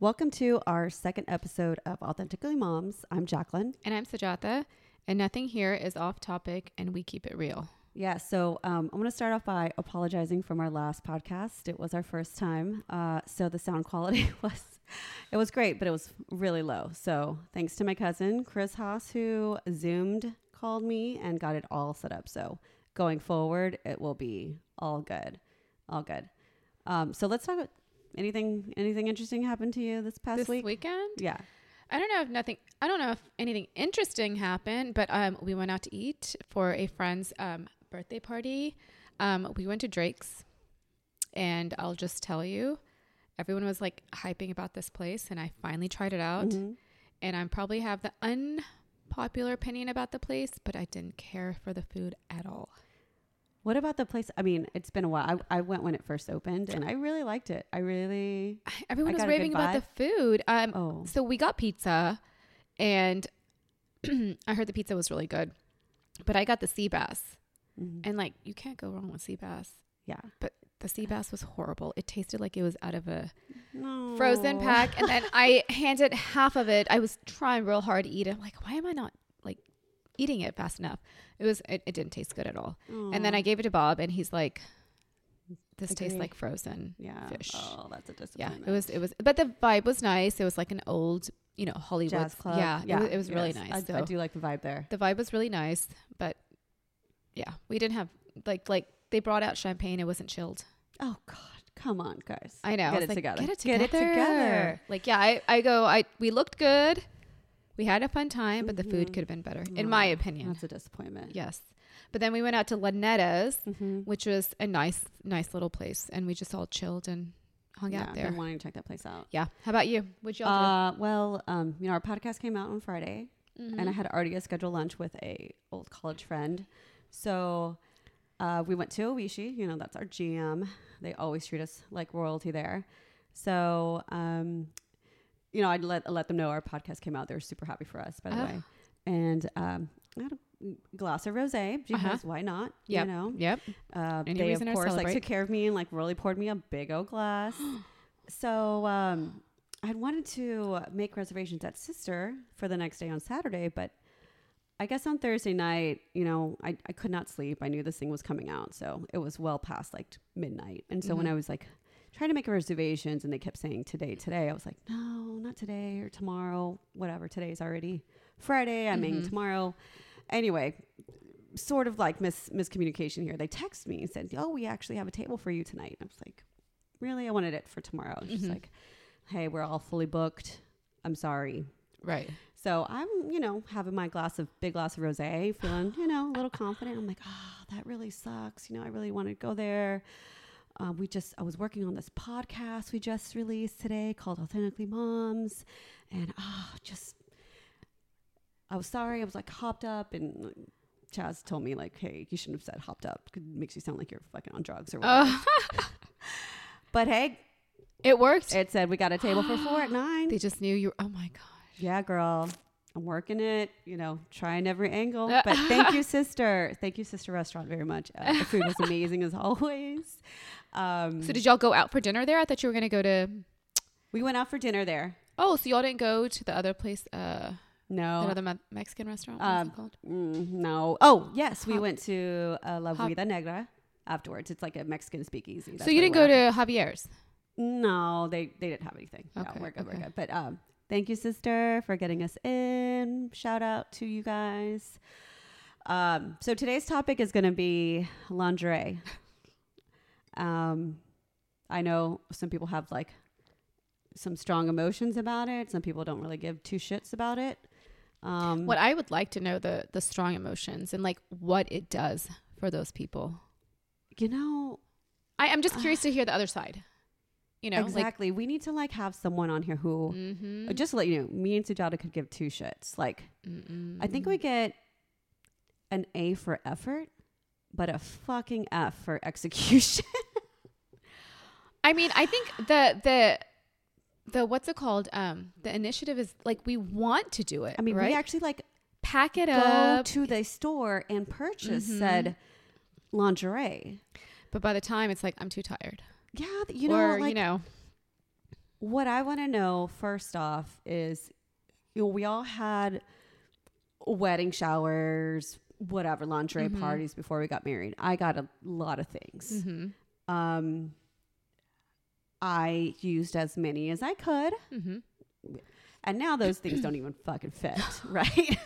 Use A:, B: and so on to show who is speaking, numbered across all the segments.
A: Welcome to our second episode of Authentically Moms. I'm Jacqueline.
B: And I'm Sajatha, and nothing here is off topic, and we keep it real.
A: Yeah, so um, I'm going to start off by apologizing from our last podcast. It was our first time, uh, so the sound quality was it was great, but it was really low. So thanks to my cousin Chris Haas, who zoomed called me and got it all set up. So going forward, it will be all good, all good. Um, so let's talk about anything. Anything interesting happened to you this past
B: this
A: week?
B: weekend,
A: Yeah,
B: I don't know if nothing. I don't know if anything interesting happened, but um, we went out to eat for a friend's um, birthday party. Um, we went to Drake's, and I'll just tell you, everyone was like hyping about this place, and I finally tried it out.
A: Mhm.
B: And I probably have the unpopular opinion about the place, but I didn't care for the food at all.
A: What about the place? I mean, it's been a while. I, I went when it first opened, and I really liked it. I really.
B: Everyone
A: got
B: was
A: a good
B: raving about the food. Um,
A: Oh,
B: So we got pizza, and I heard the pizza was really good, but I got the sea bass,
A: mhm.
B: and like you can't go wrong with sea bass.
A: yeah.
B: The sea bass was horrible. It tasted like it was out of a
A: No.
B: frozen pack, and then I handed half of it. I was trying real hard to eat it. I'm like, why am I not like eating it fast enough? It was. It, it didn't taste good at all. And then I gave it to Bob, and he's like, "This tastes
A: Agree.
B: like frozen."
A: yeah.
B: fish.
A: Oh, that's a
B: Yeah,
A: disappointment.
B: it was. It was. But the vibe was nice. It was like an old, you know, Hollywood
A: jazz club.
B: Yeah, It was, it was really
A: yes.
B: nice.
A: I, I
B: so-
A: do like the vibe there.
B: the vibe was really nice, but yeah, we didn't have like like they brought out champagne. It wasn't chilled.
A: Oh God, come on, guys.
B: I know. I
A: Get
B: was
A: it
B: like,
A: together.
B: Get it together. Like yeah, I, I go. I we looked good. We had a fun time, but the food
A: Mhm.
B: could have been better, in my
A: Oh,
B: opinion.
A: That's a disappointment.
B: Yes, but then we went out to Lunetta's,
A: Mhm.
B: which was a nice nice little place, and we just all chilled and hung
A: yeah.
B: out
A: I've
B: there.
A: been wanting to check that place out.
B: Yeah. How about you? Would y'all
A: Uh, well, um, you know, our podcast came out on Friday,
B: do?
A: and I
B: Mhm.
A: had already a scheduled lunch with a old college friend. So uh, we went to Oishi. You know, that's our GM. They always treat us like royalty there. So, um, you know, I'd let I let them know our podcast came out. They were super happy for us, by the
B: Oh.
A: way. And um, I had a glass of rosé because
B: Uh-huh.
A: why not?
B: Yep.
A: You know,
B: Mm-hmm. Yep.
A: uh,
B: Any
A: they of
B: reason to
A: course like
B: celebrate.
A: took care of me and like really poured me a big old glass. so um, I wanted to make reservations at Sister for the next day on Saturday, but I guess on Thursday night, you know, I, I could not sleep. I knew this thing was coming out, so it was well past like midnight. And so when
B: Mhm.
A: I was like trying to make reservations and they kept saying today, today, I was like, no, not today or tomorrow, whatever. Today's already Friday. I'm in
B: Mhm.
A: tomorrow. Anyway, sort of like mis- miscommunication here. They text me and said, "Oh, we actually have a table for you tonight." I was like, "Really? I wanted it for tomorrow." And She's
B: Mhm.
A: like, "Hey, we're all fully booked. I'm sorry."
B: Right.
A: So I'm, you know, having my glass of big glass of rosé, feeling, you know, a little confident. I'm like, "Ah, that really sucks. You know, I really wanted to go there." Uh, we just, I was working on this podcast we just released today called Authentically Moms, and ah, just I was sorry. I was like hopped up, and like, Chaz told me like, "Hey, you shouldn't have said hopped up. 'cause It makes you sound like you're fucking on drugs or whatever."
B: Uh,
A: but hey,
B: it worked.
A: it said we got a table for four at nine.
B: they just knew you. Oh my god.
A: yeah, girl, I'm working it. You know, trying every angle.
B: Uh,
A: But thank you, sister. Thank you, sister restaurant, very much. Uh, the food was amazing as always. Um,
B: So did y'all go out for dinner there? I thought you were gonna go to.
A: we went out for dinner there.
B: Oh, so y'all didn't go to the other place, uh,
A: No,
B: that other me- Mexican restaurant. What was
A: Oh. Um,
B: it called?
A: Mm, no. Oh, yes, we
B: Hop-
A: went to uh, La
B: Hop-
A: Vida Negra afterwards. It's like a Mexican speakeasy. That's
B: So you
A: where
B: didn't
A: we're
B: go
A: at.
B: to Javier's.
A: No, they they didn't have anything.
B: Okay,
A: no, we're good, we're
B: okay.
A: good. But um, thank you, sister, for getting us in. Shout out to you guys. Um, so today's topic is going to be lingerie. Um, I know some people have like some strong emotions about it. Some people don't really give two shits about it. Um,
B: What I would like to know the the strong emotions and like what it does for those people.
A: you know,
B: I, I'm just curious to hear the other side. You know,
A: exactly. we need to like have someone on here who
B: like. Mm-hmm,
A: just to let you know, me and Sujata could give two shits. Like I think we get an A for effort, but a fucking F for execution.
B: I mean, I think the the the what's it called? Um, the initiative is like we want to do it.
A: I mean,
B: right?
A: we actually like
B: pack it
A: go
B: up.
A: to the store and purchase
B: Mhm.
A: said lingerie.
B: but by the time it's like I'm too tired.
A: Yeah, th- you know,
B: or
A: like
B: you know,
A: What I want to know first off is you know, we all had wedding showers, whatever, lingerie
B: Mhm.
A: parties before we got married. I got a lot of things.
B: Mhm.
A: Um, I used as many as I could.
B: Mhm.
A: And now those things don't even fucking fit, right?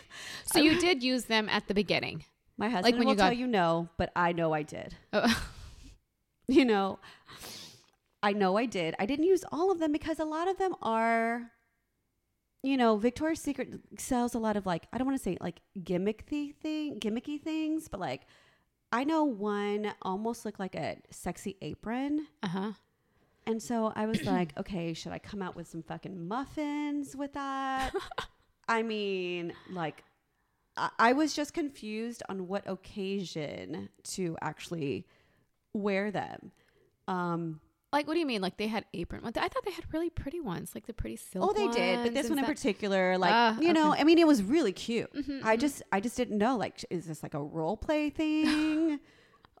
B: So you did use them at the beginning.
A: My husband
B: when
A: will
B: you
A: tell
B: got-
A: you no, but I know I did.
B: Oh.
A: You know, I know I did. I didn't use all of them because a lot of them are, you know, Victoria's Secret sells a lot of like I don't want to say like gimmicky thing, gimmicky things, but like I know one almost looked like a sexy apron.
B: Uh huh.
A: And so I was like, okay, should I come out with some fucking muffins with that? I mean, like, I, I was just confused on what occasion to actually wear them. Um,
B: Like, what do you mean? Like, they had apron. what- I thought they had really pretty ones, like the pretty silk.
A: oh, they did, but
B: ones
A: this
B: and
A: one in
B: stuff.
A: particular, like,
B: Ah,
A: you know,
B: okay.
A: I mean, it was really cute.
B: Mhm,
A: I just, I just didn't know. Like, is this like a role play thing?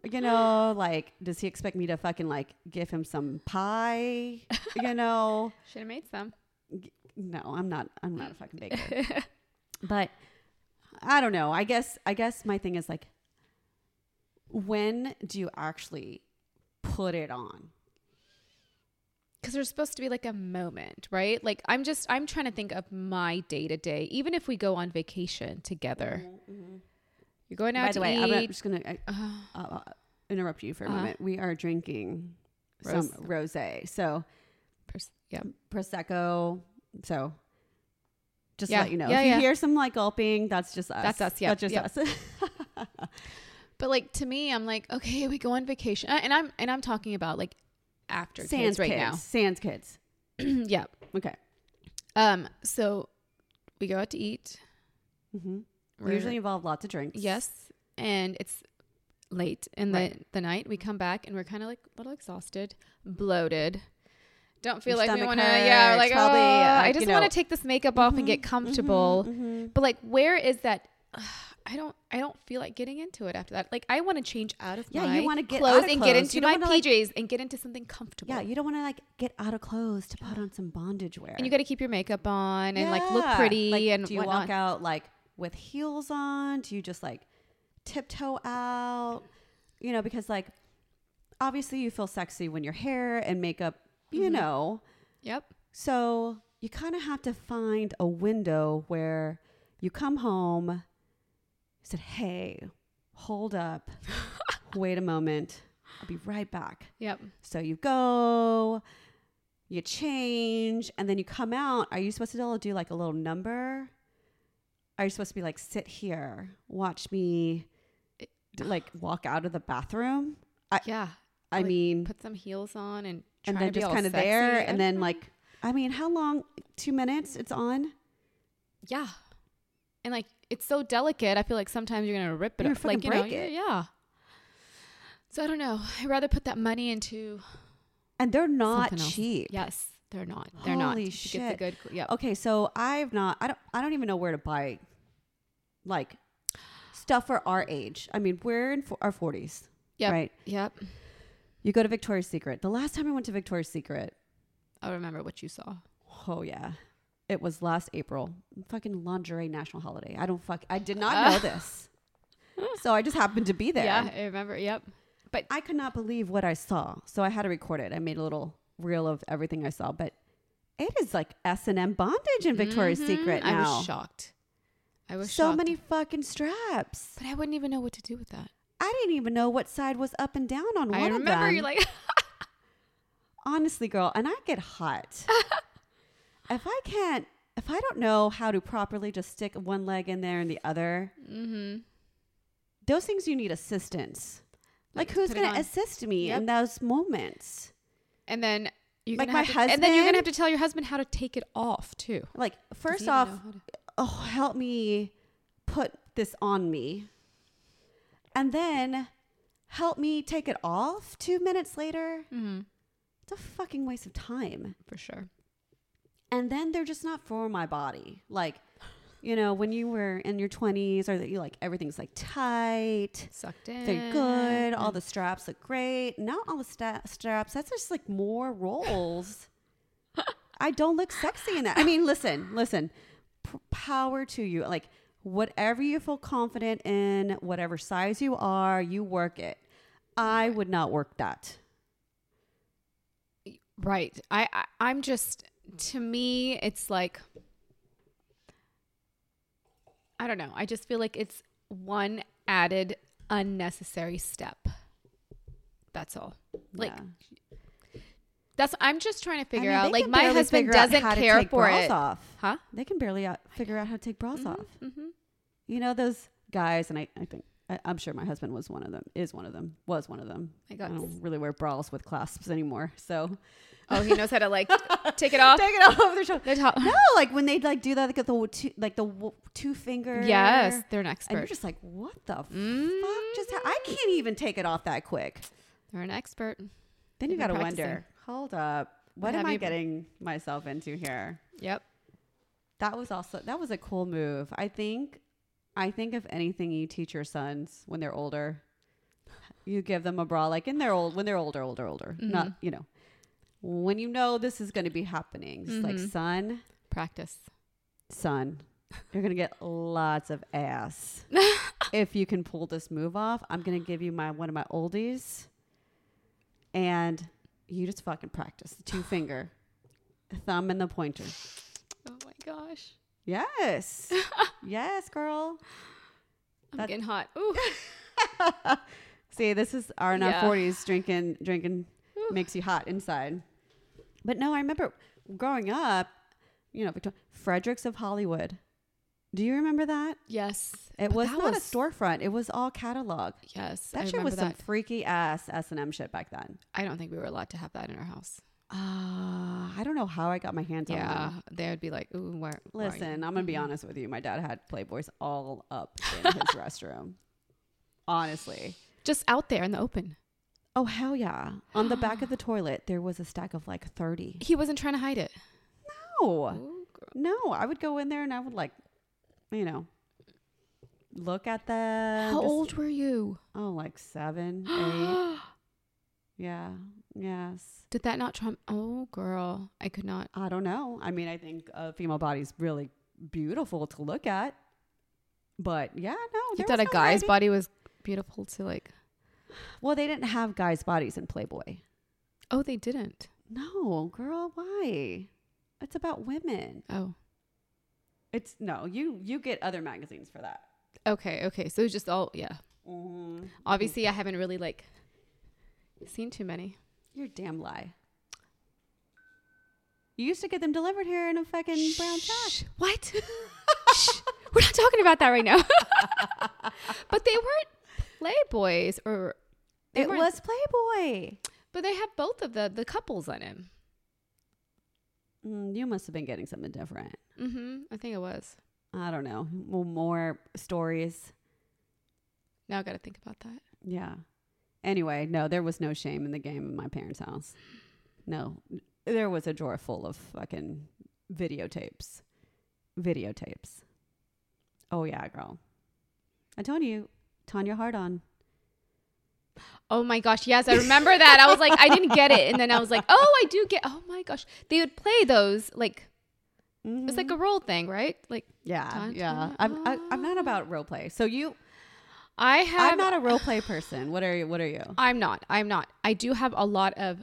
A: you know, like, does he expect me to fucking like give him some pie? You know.
B: Should have made some.
A: no, I'm not. I'm not a fucking baker. but I don't know. I guess. I guess my thing is like, when do you actually put it on?
B: Because there's supposed to be like a moment, right? Like, I'm just, I'm trying to think of my day to day. Even if we go on vacation together, you're going out
A: Mm-hmm, By the way,
B: to eat.
A: I'm not- just gonna I,
B: Ugh.
A: uh, uh, interrupt you for a
B: Uh-huh.
A: moment. We are drinking
B: Rose-
A: some rosé, so
B: Pers- yeah.
A: prosecco. So. Just to
B: Yeah.
A: let you know.
B: Yeah,
A: if you
B: yeah.
A: hear some like gulping, that's just us.
B: That's us, yeah,
A: That's just
B: yeah.
A: us.
B: But like to me, I'm like, okay, we go on vacation, Uh, and I'm and I'm talking about like after
A: Sans
B: kids right
A: kids. Sans kids.
B: now. yeah.
A: Okay.
B: Um. So we go out to eat.
A: hmm
B: We're-
A: Usually involve lots of drinks.
B: yes, and it's late in the
A: Right. Mm.
B: the night. We come back and we're kind of like a little exhausted, bloated. Don't feel
A: Your
B: like we
A: stomach
B: want to. Yeah, we're
A: hurts,
B: like
A: probably,
B: oh,
A: uh,
B: I
A: you
B: just
A: know. Mm-hmm.
B: want to take this makeup off and get comfortable.
A: Mhm.
B: But like, where is that? ugh, I don't. I don't feel like getting into it after that. Like, I want to change out of
A: Yeah,
B: my
A: you wanna get out
B: clothes
A: of
B: and
A: clothes.
B: get
A: You
B: into
A: don't
B: my
A: wanna, like-
B: PJs and get into something comfortable.
A: Yeah, you don't want to like get out of clothes to put on some bondage wear.
B: and you got to keep your makeup on and like look
A: Yeah.
B: pretty
A: Like,
B: and
A: do you
B: whatnot.
A: walk out like with heels on? Do you just like tiptoe out? You know, because like obviously you feel sexy when your hair and makeup, you
B: Mm-hmm.
A: know.
B: Yep.
A: So you kind of have to find a window where you come home, you said, "Hey, hold up, wait a moment, I'll be right back."
B: Yep.
A: So you go, you change, and then you come out. Are you supposed to be able to do like a little number? Are you supposed to be like, sit here, watch me d- like walk out of the bathroom?
B: Yeah.
A: I
B: Like,
A: mean,
B: Put some heels on and
A: and
B: try
A: then
B: to be
A: just
B: all
A: kind of
B: sexy.
A: there,
B: I
A: and
B: don't
A: then
B: know.
A: like, I mean, how long? Two minutes? It's on?
B: yeah, and like it's so delicate. I feel like sometimes you're gonna rip it.
A: You're
B: up. Like
A: fucking
B: you know,
A: break
B: yeah,
A: it.
B: yeah. So I don't know. I'd rather put that money into
A: And they're not
B: Something else.
A: cheap.
B: yes. They're not. They're not.
A: Holy
B: You
A: shit.
B: Get the good. Yep.
A: Okay, so I've not. I don't. I don't even know where to buy, like, stuff for our age. I mean, we're in fo- our forties,
B: Yep.
A: right?
B: Yep.
A: You go to Victoria's Secret. The last time I went to Victoria's Secret,
B: I remember what you saw.
A: oh yeah, it was last April. Fucking lingerie national holiday. I don't fuck. I did not know this, so I just happened to be there.
B: Yeah, I remember. Yep. But
A: I could not believe what I saw, so I had to record it. I made a little reel of everything I saw, but it is like S and M bondage in Victoria's
B: Mhm.
A: Secret
B: I
A: now.
B: was shocked. I was
A: so
B: shocked.
A: many fucking straps.
B: But I wouldn't even know what to do with that.
A: I didn't even know what side was up and down on one
B: I
A: of
B: remember
A: them.
B: you're like,
A: honestly, girl, and I get hot. if I can't, if I don't know how to properly just stick one leg in there and the other,
B: mm-hmm.
A: those things you need assistance. Like,
B: Like,
A: who's
B: put it
A: going
B: on.
A: to assist me in
B: Yep.
A: those moments?
B: and then you're
A: Like
B: gonna
A: my
B: have to, and then you're gonna have
A: husband?
B: to tell your husband how to take it off too.
A: Like,
B: Does he
A: first
B: even
A: off,
B: know how to-
A: oh, help me put this on me. And then help me take it off two minutes later.
B: Mhm,
A: It's a fucking waste of time.
B: for sure.
A: and then they're just not for my body like you know when you were in your 20s or that you like everything's like tight
B: Sucked in.
A: they're good all the straps look great not all the sta- straps that's just like more rolls I don't look sexy in that. I mean, listen, listen. P- power to you. Like whatever you feel confident in, whatever size you are, you work it. I would not work that.
B: Right. I, I I'm just to me it's like I don't know. I just feel like it's one added unnecessary step. That's all. Like
A: Yeah.
B: that's I'm just trying to figure
A: I mean,
B: out.
A: they
B: Like
A: can
B: my
A: barely
B: husband
A: figure out
B: doesn't
A: how to
B: care
A: take
B: for
A: bras
B: it.
A: Off.
B: Huh?
A: They can barely out, figure out how to take bras off.
B: hmm
A: You know those guys, and I, I think I, I'm sure my husband was one of them. Is one of them. Was one of them.
B: I
A: I
B: got.
A: don't really wear bras with clasps anymore. So
B: Oh, he knows how to like take it off.
A: take it off of their shoulder.
B: The top-
A: No, like when they like do that, like the two, like the w- two finger.
B: Yes, they're
A: And
B: an
A: you're
B: expert. Mm-hmm.
A: just like, what the fuck just? Ha- I can't even take it off that quick.
B: They're an expert.
A: Then you
B: They've been
A: gotta
B: practicing.
A: wonder. Hold up, what
B: What
A: am
B: have
A: I
B: you-
A: getting myself into here?
B: Yep.
A: That was also that was a cool move. I think, I think if anything, you teach your sons when they're older, you give them a bra like in their old when they're older, older, older. Not you know, when you know this is going to be happening. It's like
B: Mhm.
A: son,
B: Practice.
A: son, you're gonna get lots of ass if you can pull this move off. I'm gonna give you my one of my oldies, and you just fucking practice the two finger, thumb and the pointer.
B: Oh my gosh.
A: Yes, yes, girl.
B: I'm
A: That's-
B: getting hot. Ooh.
A: See, this is our in our
B: Yeah.
A: forties drinking drinking
B: Ooh.
A: makes you hot inside. But no, I remember growing up, you know, Victor- Fredericks of Hollywood. Do you remember that?
B: Yes.
A: It
B: But
A: was
B: that
A: not a storefront. It was all catalog.
B: Yes.
A: That
B: I
A: shit was
B: remember
A: some
B: that.
A: freaky ass S and M shit back then.
B: I don't think we were allowed to have that in our house.
A: Ah, I don't know how I got my hands on
B: Yeah. Mm-hmm.
A: them.
B: They would be like, ooh, where, where are you?"
A: Listen, I'm gonna be honest with you. My dad had Playboys all up in his restroom. Honestly.
B: Just out there in the open.
A: Oh hell yeah! On the back of the toilet, there was a stack of like thirty.
B: He wasn't trying to hide it.
A: No,
B: Ooh, girl.
A: no, I would go in there and I would like, you know, look at them.
B: How
A: Uh, just-
B: old were you?
A: Oh, like seven, eight. yeah, yes.
B: Did that not traum? Oh, girl. I could not.
A: I don't know. I mean, I think a female body's really beautiful to look at. But yeah, no.
B: You
A: there
B: thought
A: was
B: a
A: no
B: guy's
A: hiding.
B: body was beautiful to like.
A: Well, they didn't have guys' bodies in Playboy.
B: Oh, they didn't.
A: No, girl, why? It's about women.
B: Oh.
A: It's no, you you get other magazines for that.
B: Okay. Okay. So just all, yeah.
A: Mm.
B: Obviously, I haven't really like seen too many.
A: You're a damn lie. You used to get them delivered here in a fucking brown sack.
B: Shh. What? Shh. We're not talking about that right now. but they weren't Playboys or They
A: It
B: weren't-
A: was Playboy.
B: but they have both of the the couples on him.
A: Mm, you must have been getting something different.
B: Mm-hmm. I think it was.
A: I don't know. M- More stories.
B: Now I gotta think about that.
A: Yeah. Anyway, no, there was no shame in the game in my parents' house. No, there was a drawer full of fucking videotapes. Videotapes. Oh, yeah, girl. I told you, Tanya Hard on.
B: Oh my gosh, yes, I remember that. I was like, I didn't get it. And then I was like, oh, I do get oh my gosh. They would play those like it was like
A: Mm-hmm.
B: a role thing, right? Like
A: yeah,
B: Tanya
A: yeah. I'm, I, I'm not about role play. So you,
B: I have
A: I'm not a role play person. What are you? What are you?
B: I'm not. I'm not. I do have a lot of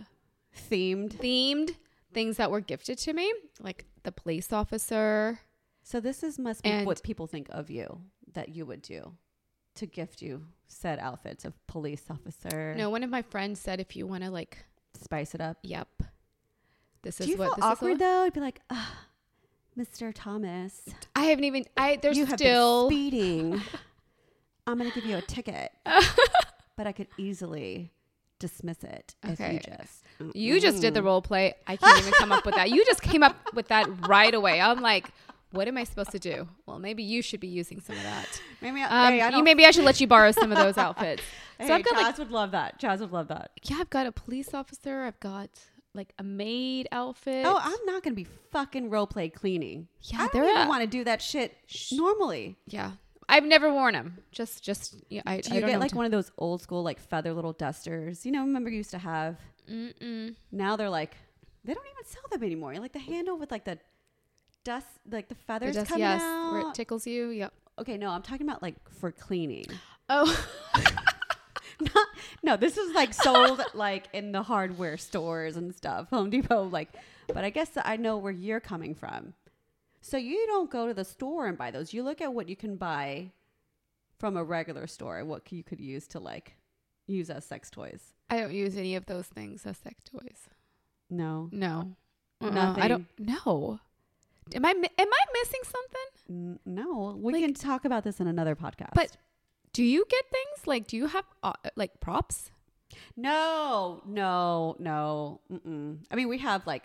A: Themed.
B: themed things that were gifted to me, like the police officer.
A: So this is must be
B: And-
A: what people think of you that you would do to gift you said outfits of police officer.
B: No, one of my friends said if you want to like,
A: spice it up.
B: yep. This
A: Do
B: is
A: you
B: what
A: feel
B: this
A: awkward
B: is. what-
A: though? I'd be like, Ugh, Mr. Thomas,
B: I haven't even I there's
A: you have
B: still
A: been speeding. I'm gonna give you a ticket, but I could easily dismiss it
B: Okay.
A: if you just.
B: you just
A: Mm.
B: did the role play. I can't even come up with that. You just came up with that right away. I'm like, what am I supposed to do? Well, maybe you should be using some of that.
A: Maybe I,
B: Um,
A: hey, I
B: you,
A: don't.
B: maybe I should let you borrow some of those outfits.
A: hey,
B: so I've got
A: Chaz
B: like
A: would love that. Chaz would love that.
B: yeah, I've got a police officer. I've got like a maid outfit.
A: Oh, I'm not gonna be fucking role play cleaning.
B: Yeah,
A: I don't
B: they're
A: even
B: a-
A: want to do that shit normally.
B: yeah. I've never worn them. Just just yeah, I,
A: Do
B: I
A: you
B: don't
A: get
B: know
A: like one of those old school like feather little dusters? You know, remember you used to have.
B: Mm mm.
A: Now they're like They don't even sell them anymore. Like the handle with like the dust, like the
B: The
A: feathers
B: dust-
A: coming
B: yes, where it
A: out.
B: tickles you. Yep.
A: okay, no, I'm talking about like for cleaning.
B: Oh,
A: Not, no, this is like sold like in the hardware stores and stuff, Home Depot. Like, but I guess I know where you're coming from. So you don't go to the store and buy those. You look at what you can buy from a regular store and what you could use to like use as sex toys.
B: I don't use any of those things as sex toys.
A: No,
B: No. Uh-uh.
A: Nothing.
B: I don't. No. Am I mi- am I missing something?
A: N- no. We
B: Like-
A: can talk about this in another podcast.
B: But do you get things like? Do you have uh, like props?
A: no, no, no. Mm-mm. I mean, we have like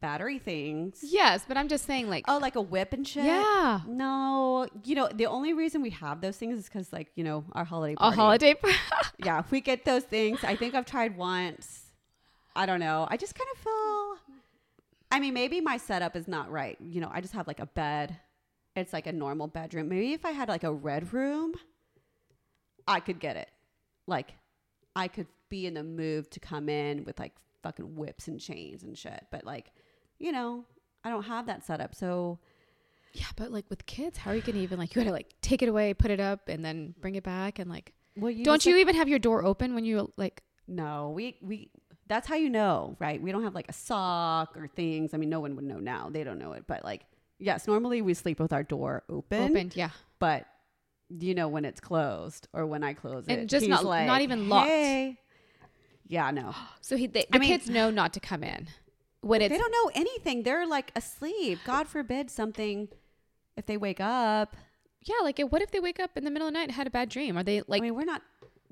A: battery things.
B: Yes, but I'm just saying like.
A: Oh, like a whip and shit.
B: yeah.
A: No, you know the only reason we have those things is because like you know our holiday.
B: A
A: Party.
B: holiday.
A: Yeah, we get those things. I think I've tried once. I don't know. I just kind of feel. I mean, maybe my setup is not right. You know, I just have like a bed. It's like a normal bedroom. Maybe if I had like a red room, I could get it. Like, I could be in the mood to come in with like fucking whips and chains and shit. But like, you know, I don't have that setup. So
B: yeah, but like with kids, how are you gonna even like? You gotta like take it away, put it up, and then bring it back, and like.
A: well, you
B: don't
A: just,
B: you
A: like-
B: even have your door open when you like?
A: No, we we that's how you know, right? We don't have like a sock or things. I mean, no one would know now. They don't know it, but like yes, normally we sleep with our door open,
B: Opened, yeah.
A: but you know when it's closed or when I close it.
B: And just
A: He's
B: not-
A: like,
B: not even locked.
A: "Hey." Yeah, no.
B: So he, they,
A: I
B: the
A: mean-
B: kids know not to come in when
A: they
B: it's
A: don't know anything. They're like asleep. God forbid something if they wake up.
B: yeah. Like, what if they wake up in the middle of the night and had a bad dream? Are they like?
A: I mean, we're not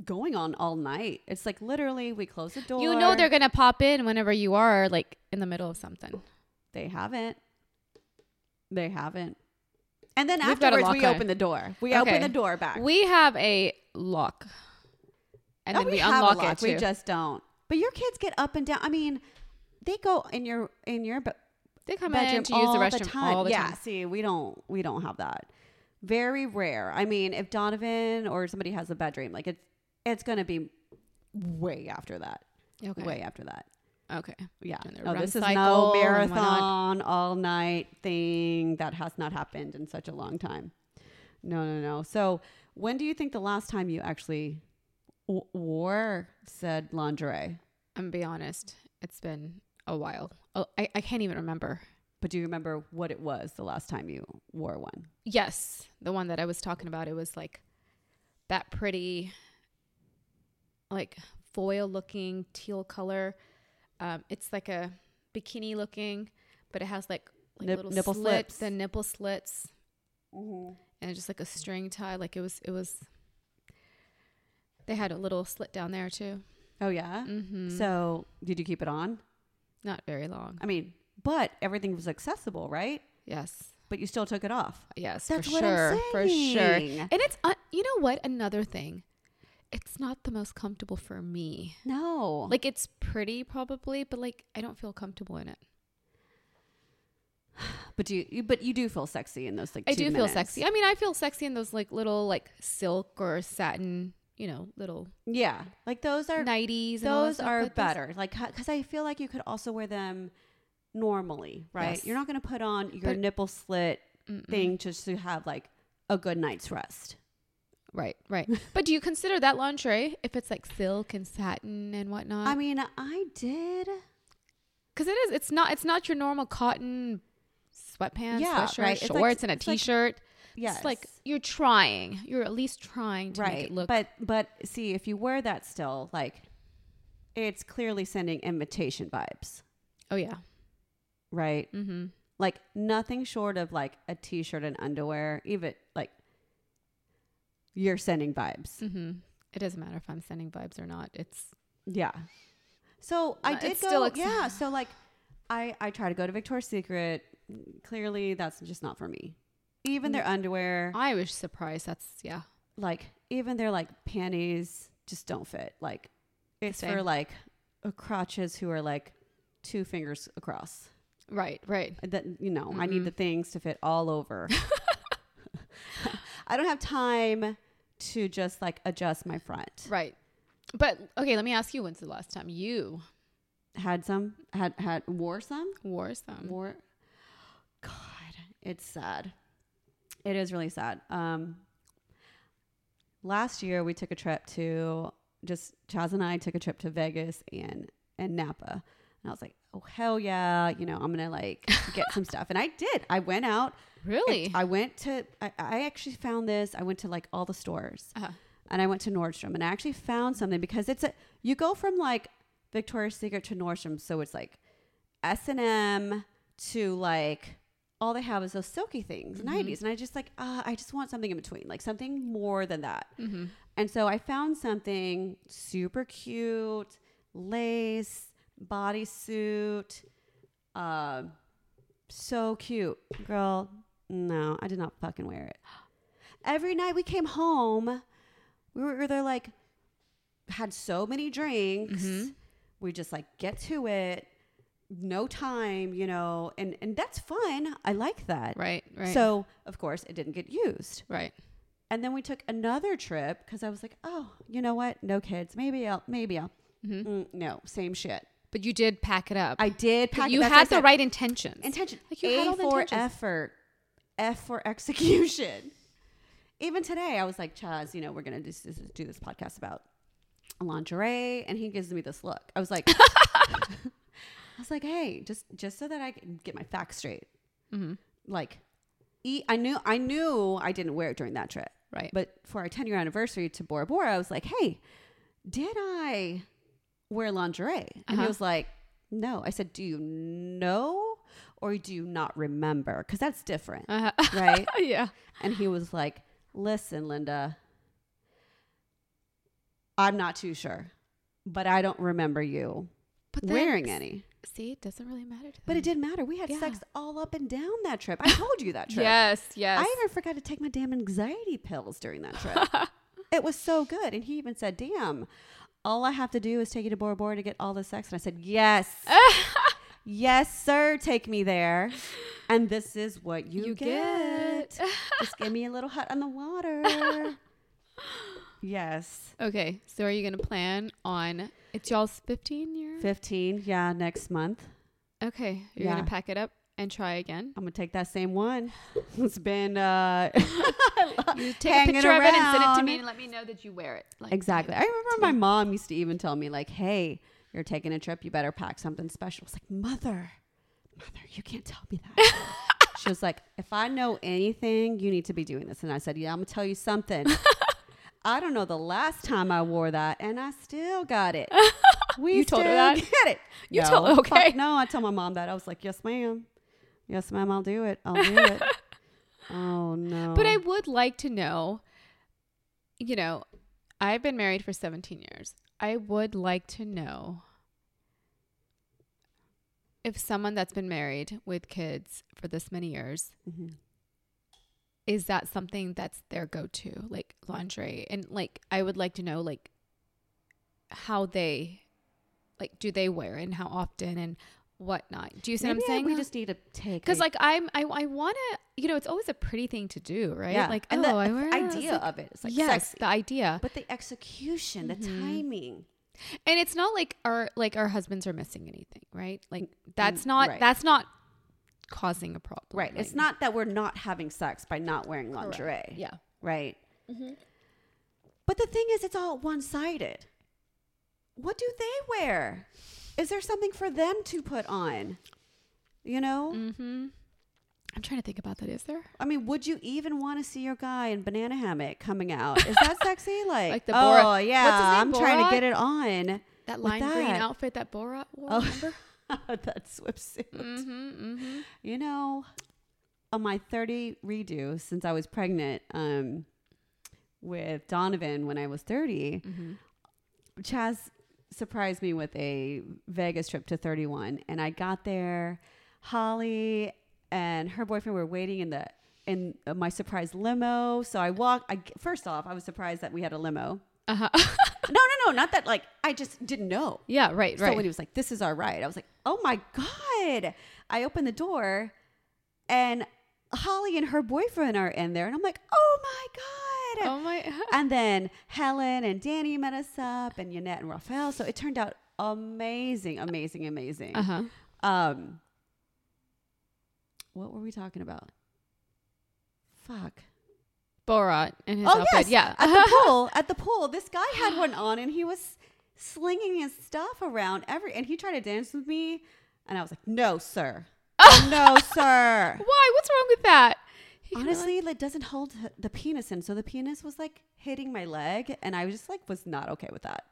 A: going on all night. It's like literally we close the door.
B: you know they're gonna pop in whenever you are like in the middle of something.
A: They haven't. They haven't. And then
B: We've got a
A: afterwards,
B: lock
A: we
B: on it.
A: open the door. We open
B: Okay.
A: the door back.
B: We have a lock, and
A: No,
B: then we,
A: have a
B: unlock it
A: lock.
B: too.
A: Oh, We just don't. But your kids get up and down. I mean, they go in your in your be-
B: they come
A: bedroom
B: in to use
A: all
B: the restroom all the
A: yeah,
B: time.
A: see, we don't we don't have that. Very rare. I mean, if Donovan or somebody has a bedroom, like it's it's gonna be way after that.
B: Okay.
A: Way after that.
B: Okay.
A: Yeah.
B: And their
A: No,
B: run
A: this is no
B: cycle and whatnot.
A: marathon all night thing that has not happened in such a long time. No, no, no. So, when do you think the last time you actually w- wore said lingerie?
B: I'm gonna be honest. It's been a while. Oh, I, I can't even remember.
A: But do you remember what it was the last time you wore one?
B: Yes, the one that I was talking about. It was like that pretty, like foil looking teal color. Um, it's like a bikini looking, but it has like, like
A: Nip-
B: little
A: nipple
B: slits,
A: slips.
B: and nipple slits,
A: Mm-hmm.
B: and just like a string tie. Like it was, it was. They had a little slit down there too.
A: Oh, yeah.
B: Mm-hmm.
A: So, did you keep it on?
B: not very long.
A: I mean, but everything was accessible, right?
B: Yes,
A: But you still took it off.
B: yes,
A: That's
B: for
A: what
B: sure,
A: I'm
B: for sure.
A: saying.
B: And it's uh, you know what? Another thing, it's not the most comfortable for me.
A: No.
B: Like it's pretty probably, but like I don't feel comfortable in it.
A: but do you, you but you do feel sexy in those like
B: I
A: two
B: do feel
A: minutes.
B: sexy. I mean, I feel sexy in those like little like silk or satin, you know, little
A: Yeah. Like those are
B: nighties. and all that
A: those
B: stuff,
A: are
B: but
A: better like because i feel like you could also wear them normally right
B: Yes.
A: you're not going to put on your
B: But- Mm-hmm.
A: nipple slit
B: Mm-mm.
A: thing just to have like a good night's rest
B: Right, right. but do you consider that lingerie if it's like silk and satin and
A: i
B: whatnot?
A: mean i did
B: Because it is. It's not. It's not your normal cotton sweatpants,
A: Yeah,
B: sweatshirt,
A: right. It's like-
B: shorts, and a
A: it's like-
B: t-shirt.
A: yes
B: It's like you're trying. You're at least trying to
A: right
B: make it look.
A: but but see if you wear that still like it's clearly sending invitation vibes
B: oh yeah.
A: right
B: Mm-hmm.
A: like nothing short of like a t-shirt and underwear even like you're sending vibes
B: Mm-hmm. It doesn't matter if I'm sending vibes or not. It's
A: Yeah. So I
B: Uh,
A: did
B: it's
A: go.
B: still ex-
A: yeah. So like, I I try to go to Victoria's Secret. Clearly, that's just not for me. Even
B: Mm.
A: their underwear,
B: I was surprised. That's yeah.
A: like even their like panties, just don't fit. Like, it's for
B: Same.
A: like uh, crotches who are like two fingers across.
B: Right, right.
A: That you know, I need
B: Mm-mm.
A: the things to fit all over. I don't have time to just like adjust my front.
B: Right. But okay, let me ask you when's the last time you
A: Had some. Had had wore some.
B: Wore some.
A: Wore. God, it's sad. It is really sad. Um, last year we took a trip to just Chaz and I took a trip to Vegas and and Napa, and I was like, oh hell yeah, you know I'm gonna like get some stuff, and I did. I went out.
B: really?
A: I went to. I, I actually found this. I went to like all the stores
B: uh-huh.
A: and I went to Nordstrom and I actually found something because it's a you go from like Victoria's Secret to Nordstrom, so it's like S and M to like all they have is those silky
B: Mm-hmm.
A: things, 90s, and I just like uh, I just want something in between, like something more than that.
B: Mm-hmm.
A: And so I found something super cute, lace bodysuit, uh, so cute, girl. No, I did not fucking wear it. Every night we came home, we were either like had so many drinks
B: Mm-hmm.
A: we just like get to it no time you know and and that's fun i like that
B: Right. Right.
A: so of course it didn't get used
B: Right.
A: and then we took another trip because i was like oh you know what no kids maybe i'll maybe i'll
B: Mm-hmm.
A: Mm, no same shit
B: But you did pack it up.
A: i did pack
B: But you
A: that's why I
B: had the
A: said
B: right intentions.
A: intention
B: Like, you
A: a
B: had all the
A: for
B: intentions.
A: effort f for execution even today i was like chaz you know we're gonna do, this- do this podcast about lingerie and he gives me this look i was like i was like hey just just so that i can get my facts straight
B: Mm-hmm.
A: like e- i knew i knew i didn't wear it during that trip
B: Right.
A: but for our 10 year anniversary to bora bora i was like hey did i wear lingerie and he
B: Uh-huh.
A: was like no i said do you know or do you not remember because that's different
B: uh
A: right
B: yeah.
A: and he was like, Listen, Linda, I'm not too sure, but I don't remember you
B: But
A: wearing any.
B: See, it doesn't really matter. To
A: But it
B: them.
A: didn't matter. We had
B: Yeah.
A: sex all up and down that trip. I told you that trip.
B: Yes. Yes.
A: I even forgot to take my damn anxiety pills during that trip. it was so good. And he even said, Damn, all I have to do is take you to Bora Bora to get all the sex. And I said, Yes. yes, sir. Take me there. And this is what you,
B: You
A: get.
B: get.
A: Just give me a little hut on the water. yes.
B: okay. So are you gonna plan on? It's y'all's 15 year.
A: 15. Yeah, next month.
B: Okay. You're
A: Yeah.
B: gonna pack it up and try again.
A: I'm going to take that same one. It's been uh,
B: You take
A: hanging
B: a picture of it and send it to
A: around.
B: me and let me know that you wear it. Like,
A: Exactly. I remember my mom used to even tell me, like, hey, you're taking a trip, you better pack something special. It's like, mother, mother, you can't tell me that. she was like, if I know anything, you need to be doing this. And I said, yeah, I'm going to tell you something. I don't know the last time I wore that, and I still got it. We
B: You told her
A: still
B: that?
A: Get it?
B: You told her,
A: fuck
B: okay.
A: no, I told my mom that. I was like, yes, ma'am. Yes, ma'am. I'll do it. I'll do it. oh no.
B: But I would like to know, you know, I've been married for 17 years. I would like to know if someone that's been married with kids for this many years,
A: Mhm.
B: is that something that's their go to, like lingerie? And like, I would like to know, like, how they, like, do they wear and how often and whatnot? Do you see
A: Maybe
B: what I'm
A: I-
B: saying?
A: we just need to take
B: Because
A: a-
B: like I'm, I, I want to, you know, it's always a pretty thing to do, right? Like
A: and
B: oh,
A: the
B: I
A: the
B: wear it. It's
A: idea
B: like-
A: of it. It's like
B: yes,
A: sexy.
B: the idea,
A: but the execution, the
B: Mhm.
A: timing.
B: and it's not like our like our husbands are missing anything, right? Like that's
A: mm,
B: not
A: right.
B: that's not causing a problem,
A: Right. It's
B: Like,
A: not that we're not having sex by not wearing
B: correct.
A: lingerie.
B: Yeah, Mm-hmm.
A: Right. But the thing is, it's all one sided. What do they wear? Is there something for them to put on? You know?
B: mm-hmm. I'm trying to think about that. Is there
A: I mean, would you even want to see your guy in banana hammock coming out? Is that sexy? Like,
B: Like the
A: oh
B: Borat- what's his
A: yeah,
B: name,
A: I'm trying
B: Borat?
A: to get it on.
B: that
A: With
B: lime green
A: that-
B: outfit that Borat wore?
A: Oh.
B: Remember?
A: that swimsuit.
B: mm-hmm, mm-hmm.
A: You know, on my 30 redo since I was pregnant um, with Donovan when I was 30, Chaz surprised me with a Vegas trip to 31. And I got there. Holly and her boyfriend were waiting in the in uh, my surprise limo. So I walked. I first off, I was surprised that we had a limo.
B: Uh-huh.
A: No, no, no, not that. Like I just didn't know.
B: yeah, right,
A: So when
B: right.
A: he was like, "This is our ride," I was like, "Oh my god!" I opened the door, and Holly and her boyfriend are in there, and I'm like, "Oh my god!"
B: oh my,
A: And then Helen and Danny met us up, and Yannette and Raphael. So it turned out amazing, amazing, amazing.
B: Uh huh.
A: Um, what were we talking about? Fuck.
B: Borat and his
A: oh yes,
B: outfit. Yeah.
A: At the pool, at the pool, this guy had one on, and he was slinging his stuff around every. And he tried to dance with me, and I was like, "No, sir. Oh, no, sir."
B: Why? What's wrong with that? He kinda like-
A: Honestly, it doesn't hold h- the penis in, so the penis was like hitting my leg, and I was just like was not okay with that.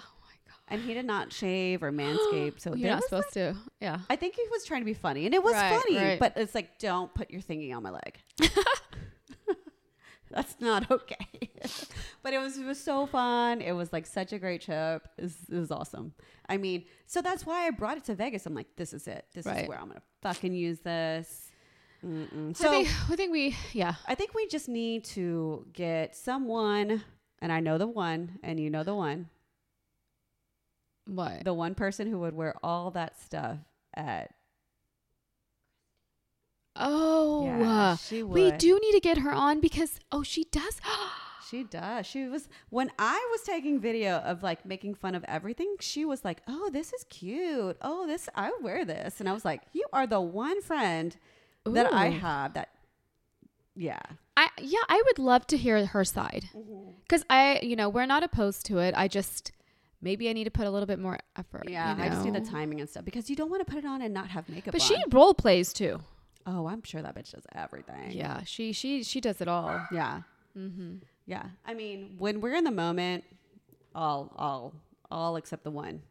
B: oh my god.
A: And he did not shave or manscape, so
B: You're
A: there
B: not
A: was,
B: supposed
A: like-
B: to. Yeah.
A: I think he was trying to be funny, and it was
B: Right,
A: funny,
B: right.
A: but it's like don't put your thingy on my leg. That's not okay. but it was it was so fun. It was like such a great trip. It was, it was awesome. I mean, so that's why I brought it to Vegas. I'm like, this is it. This
B: Right.
A: is where I'm gonna fucking use this. Mm-mm.
B: I think, I think we. Yeah.
A: I think we just need to get someone, and I know the one, and you know the one,
B: What?
A: the one person who would wear all that stuff at.
B: Oh. uh,
A: she would.
B: we do need to get her on because oh she does.
A: She does. She was when I was taking video of like making fun of everything. She was like, "Oh, this is cute. Oh, this I would wear this," and I was like, "You are the one friend that I
B: Ooh.
A: have that." Yeah,
B: I yeah, I would love to hear her side
A: Mm-hmm.
B: because I you know we're not opposed to it. I just maybe I need to put a little bit more effort.
A: yeah.
B: you
A: I just need the
B: know?
A: timing and stuff because you don't want to put it on and not have makeup.
B: But
A: on.
B: she role plays too.
A: oh, I'm sure that bitch does everything.
B: Yeah, she she she does it all.
A: Yeah. Mm-hmm. Yeah. I mean, when we're in the moment, all, all, all except the one.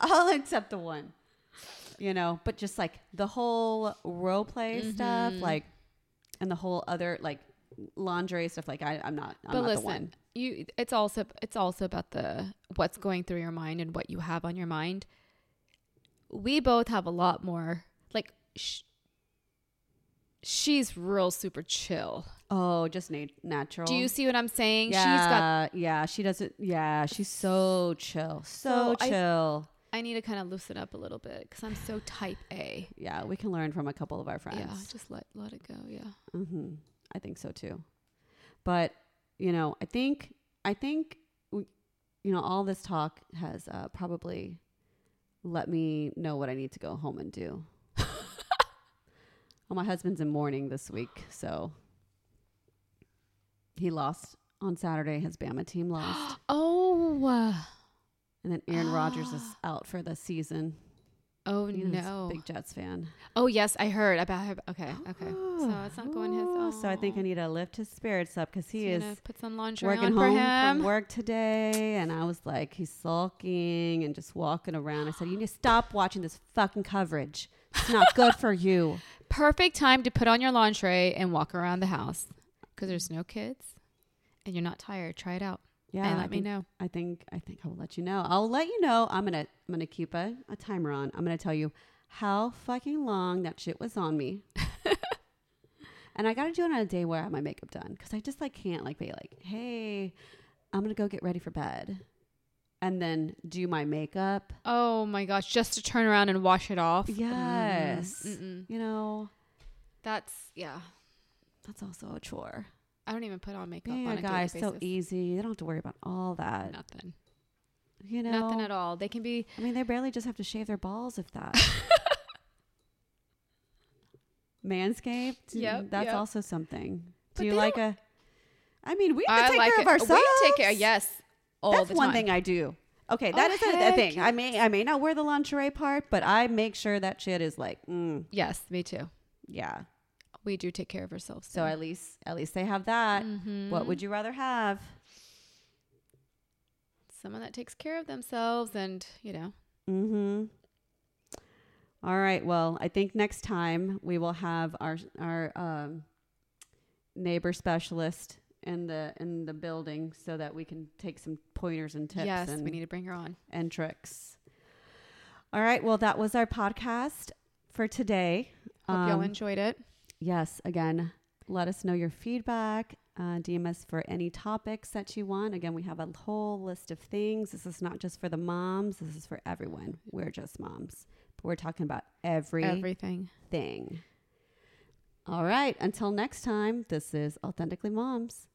A: all except the one. You know, but just like the whole role play
B: Mm-hmm.
A: stuff, like, and the whole other like lingerie stuff. Like, I, I'm not. I'm
B: but
A: not
B: listen,
A: the one.
B: you it's also it's also about the what's going through your mind and what you have on your mind. We both have a lot more like. Sh- She's real super chill.
A: Oh, just na- natural.
B: Do you see what I'm saying?
A: Yeah,
B: She's got
A: yeah. She doesn't. Yeah, she's so chill, so,
B: So I-
A: chill.
B: I need to kind of loosen up a little bit because I'm so type A.
A: yeah, we can learn from a couple of our friends.
B: Yeah, just let let it go. Yeah.
A: hmm I think so too. But you know, I think I think w- you know all this talk has uh, probably let me know what I need to go home and do. well, my husband's in mourning this week, so he lost on Saturday. His Bama team lost,
B: Oh. uh,
A: and then Aaron Rodgers is
B: Ah.
A: out for the season.
B: Oh
A: You know, he's a
B: no.
A: big Jets fan.
B: Oh yes, I heard about her. Okay. Okay. so it's not going his.
A: Ooh,
B: Oh.
A: So I think I need to lift his spirits up because he is
B: put some lingerie
A: working
B: on for
A: home
B: him.
A: from work today and I was like he's sulking and just walking around. I said you need to stop watching this fucking coverage. It's not good for you.
B: Perfect time to put on your lingerie and walk around the house because there's no kids and you're not tired. Try it out
A: Yeah,
B: and
A: I
B: let me
A: think-
B: know.
A: I think I think I will let you know. I'll let you know. I'm gonna I'm gonna keep a, a timer on. I'm gonna tell you how fucking long that shit was on me. and I gotta do it on a day where I have my makeup done because I just like can't like be like, hey, I'm gonna go get ready for bed, and then do my makeup.
B: Oh my gosh, just to turn around and wash it off. Mm,
A: Yes.
B: mm-mm.
A: You know,
B: That's yeah.
A: that's also a chore.
B: I don't even put on makeup
A: Being
B: on
A: a
B: a
A: guy
B: daily
A: is so
B: basis.
A: easy. They don't have to worry about all that.
B: Nothing.
A: You know,
B: Nothing at all. They can be
A: I mean, they barely just have to shave their balls if that. Manscaped.
B: Yep,
A: That's
B: yep.
A: also something.
B: But
A: Do you
B: they
A: like a? I mean, we have to
B: I
A: take
B: like
A: care
B: it.
A: of ourselves.
B: We take care, yes, all
A: That's
B: the
A: one
B: time.
A: thing I do. Okay,
B: Oh,
A: that is a, a
B: heck
A: thing. I may I may not wear the lingerie part, but I make sure that shit is like, mm,
B: Yes, me too.
A: yeah.
B: We do take care of ourselves.
A: So at least at least they have that.
B: Mm-hmm.
A: What would you rather have?
B: someone that takes care of themselves and you know
A: Mm-hmm. All right. Well, I think next time we will have our our um, neighbor specialist in the in the building so that we can take some pointers and tips
B: yes
A: and,
B: we need to bring her on
A: and tricks. All right. Well, that was our podcast for today.
B: hope y'all
A: Um,
B: enjoyed it
A: Yes. Again, let us know your feedback. Uh, DM us for any topics that you want. Again, we have a whole list of things. This is not just for the moms. This is for everyone. We're just moms, but we're talking about everything.
B: everything
A: All right. Until next time, this is Authentically Moms.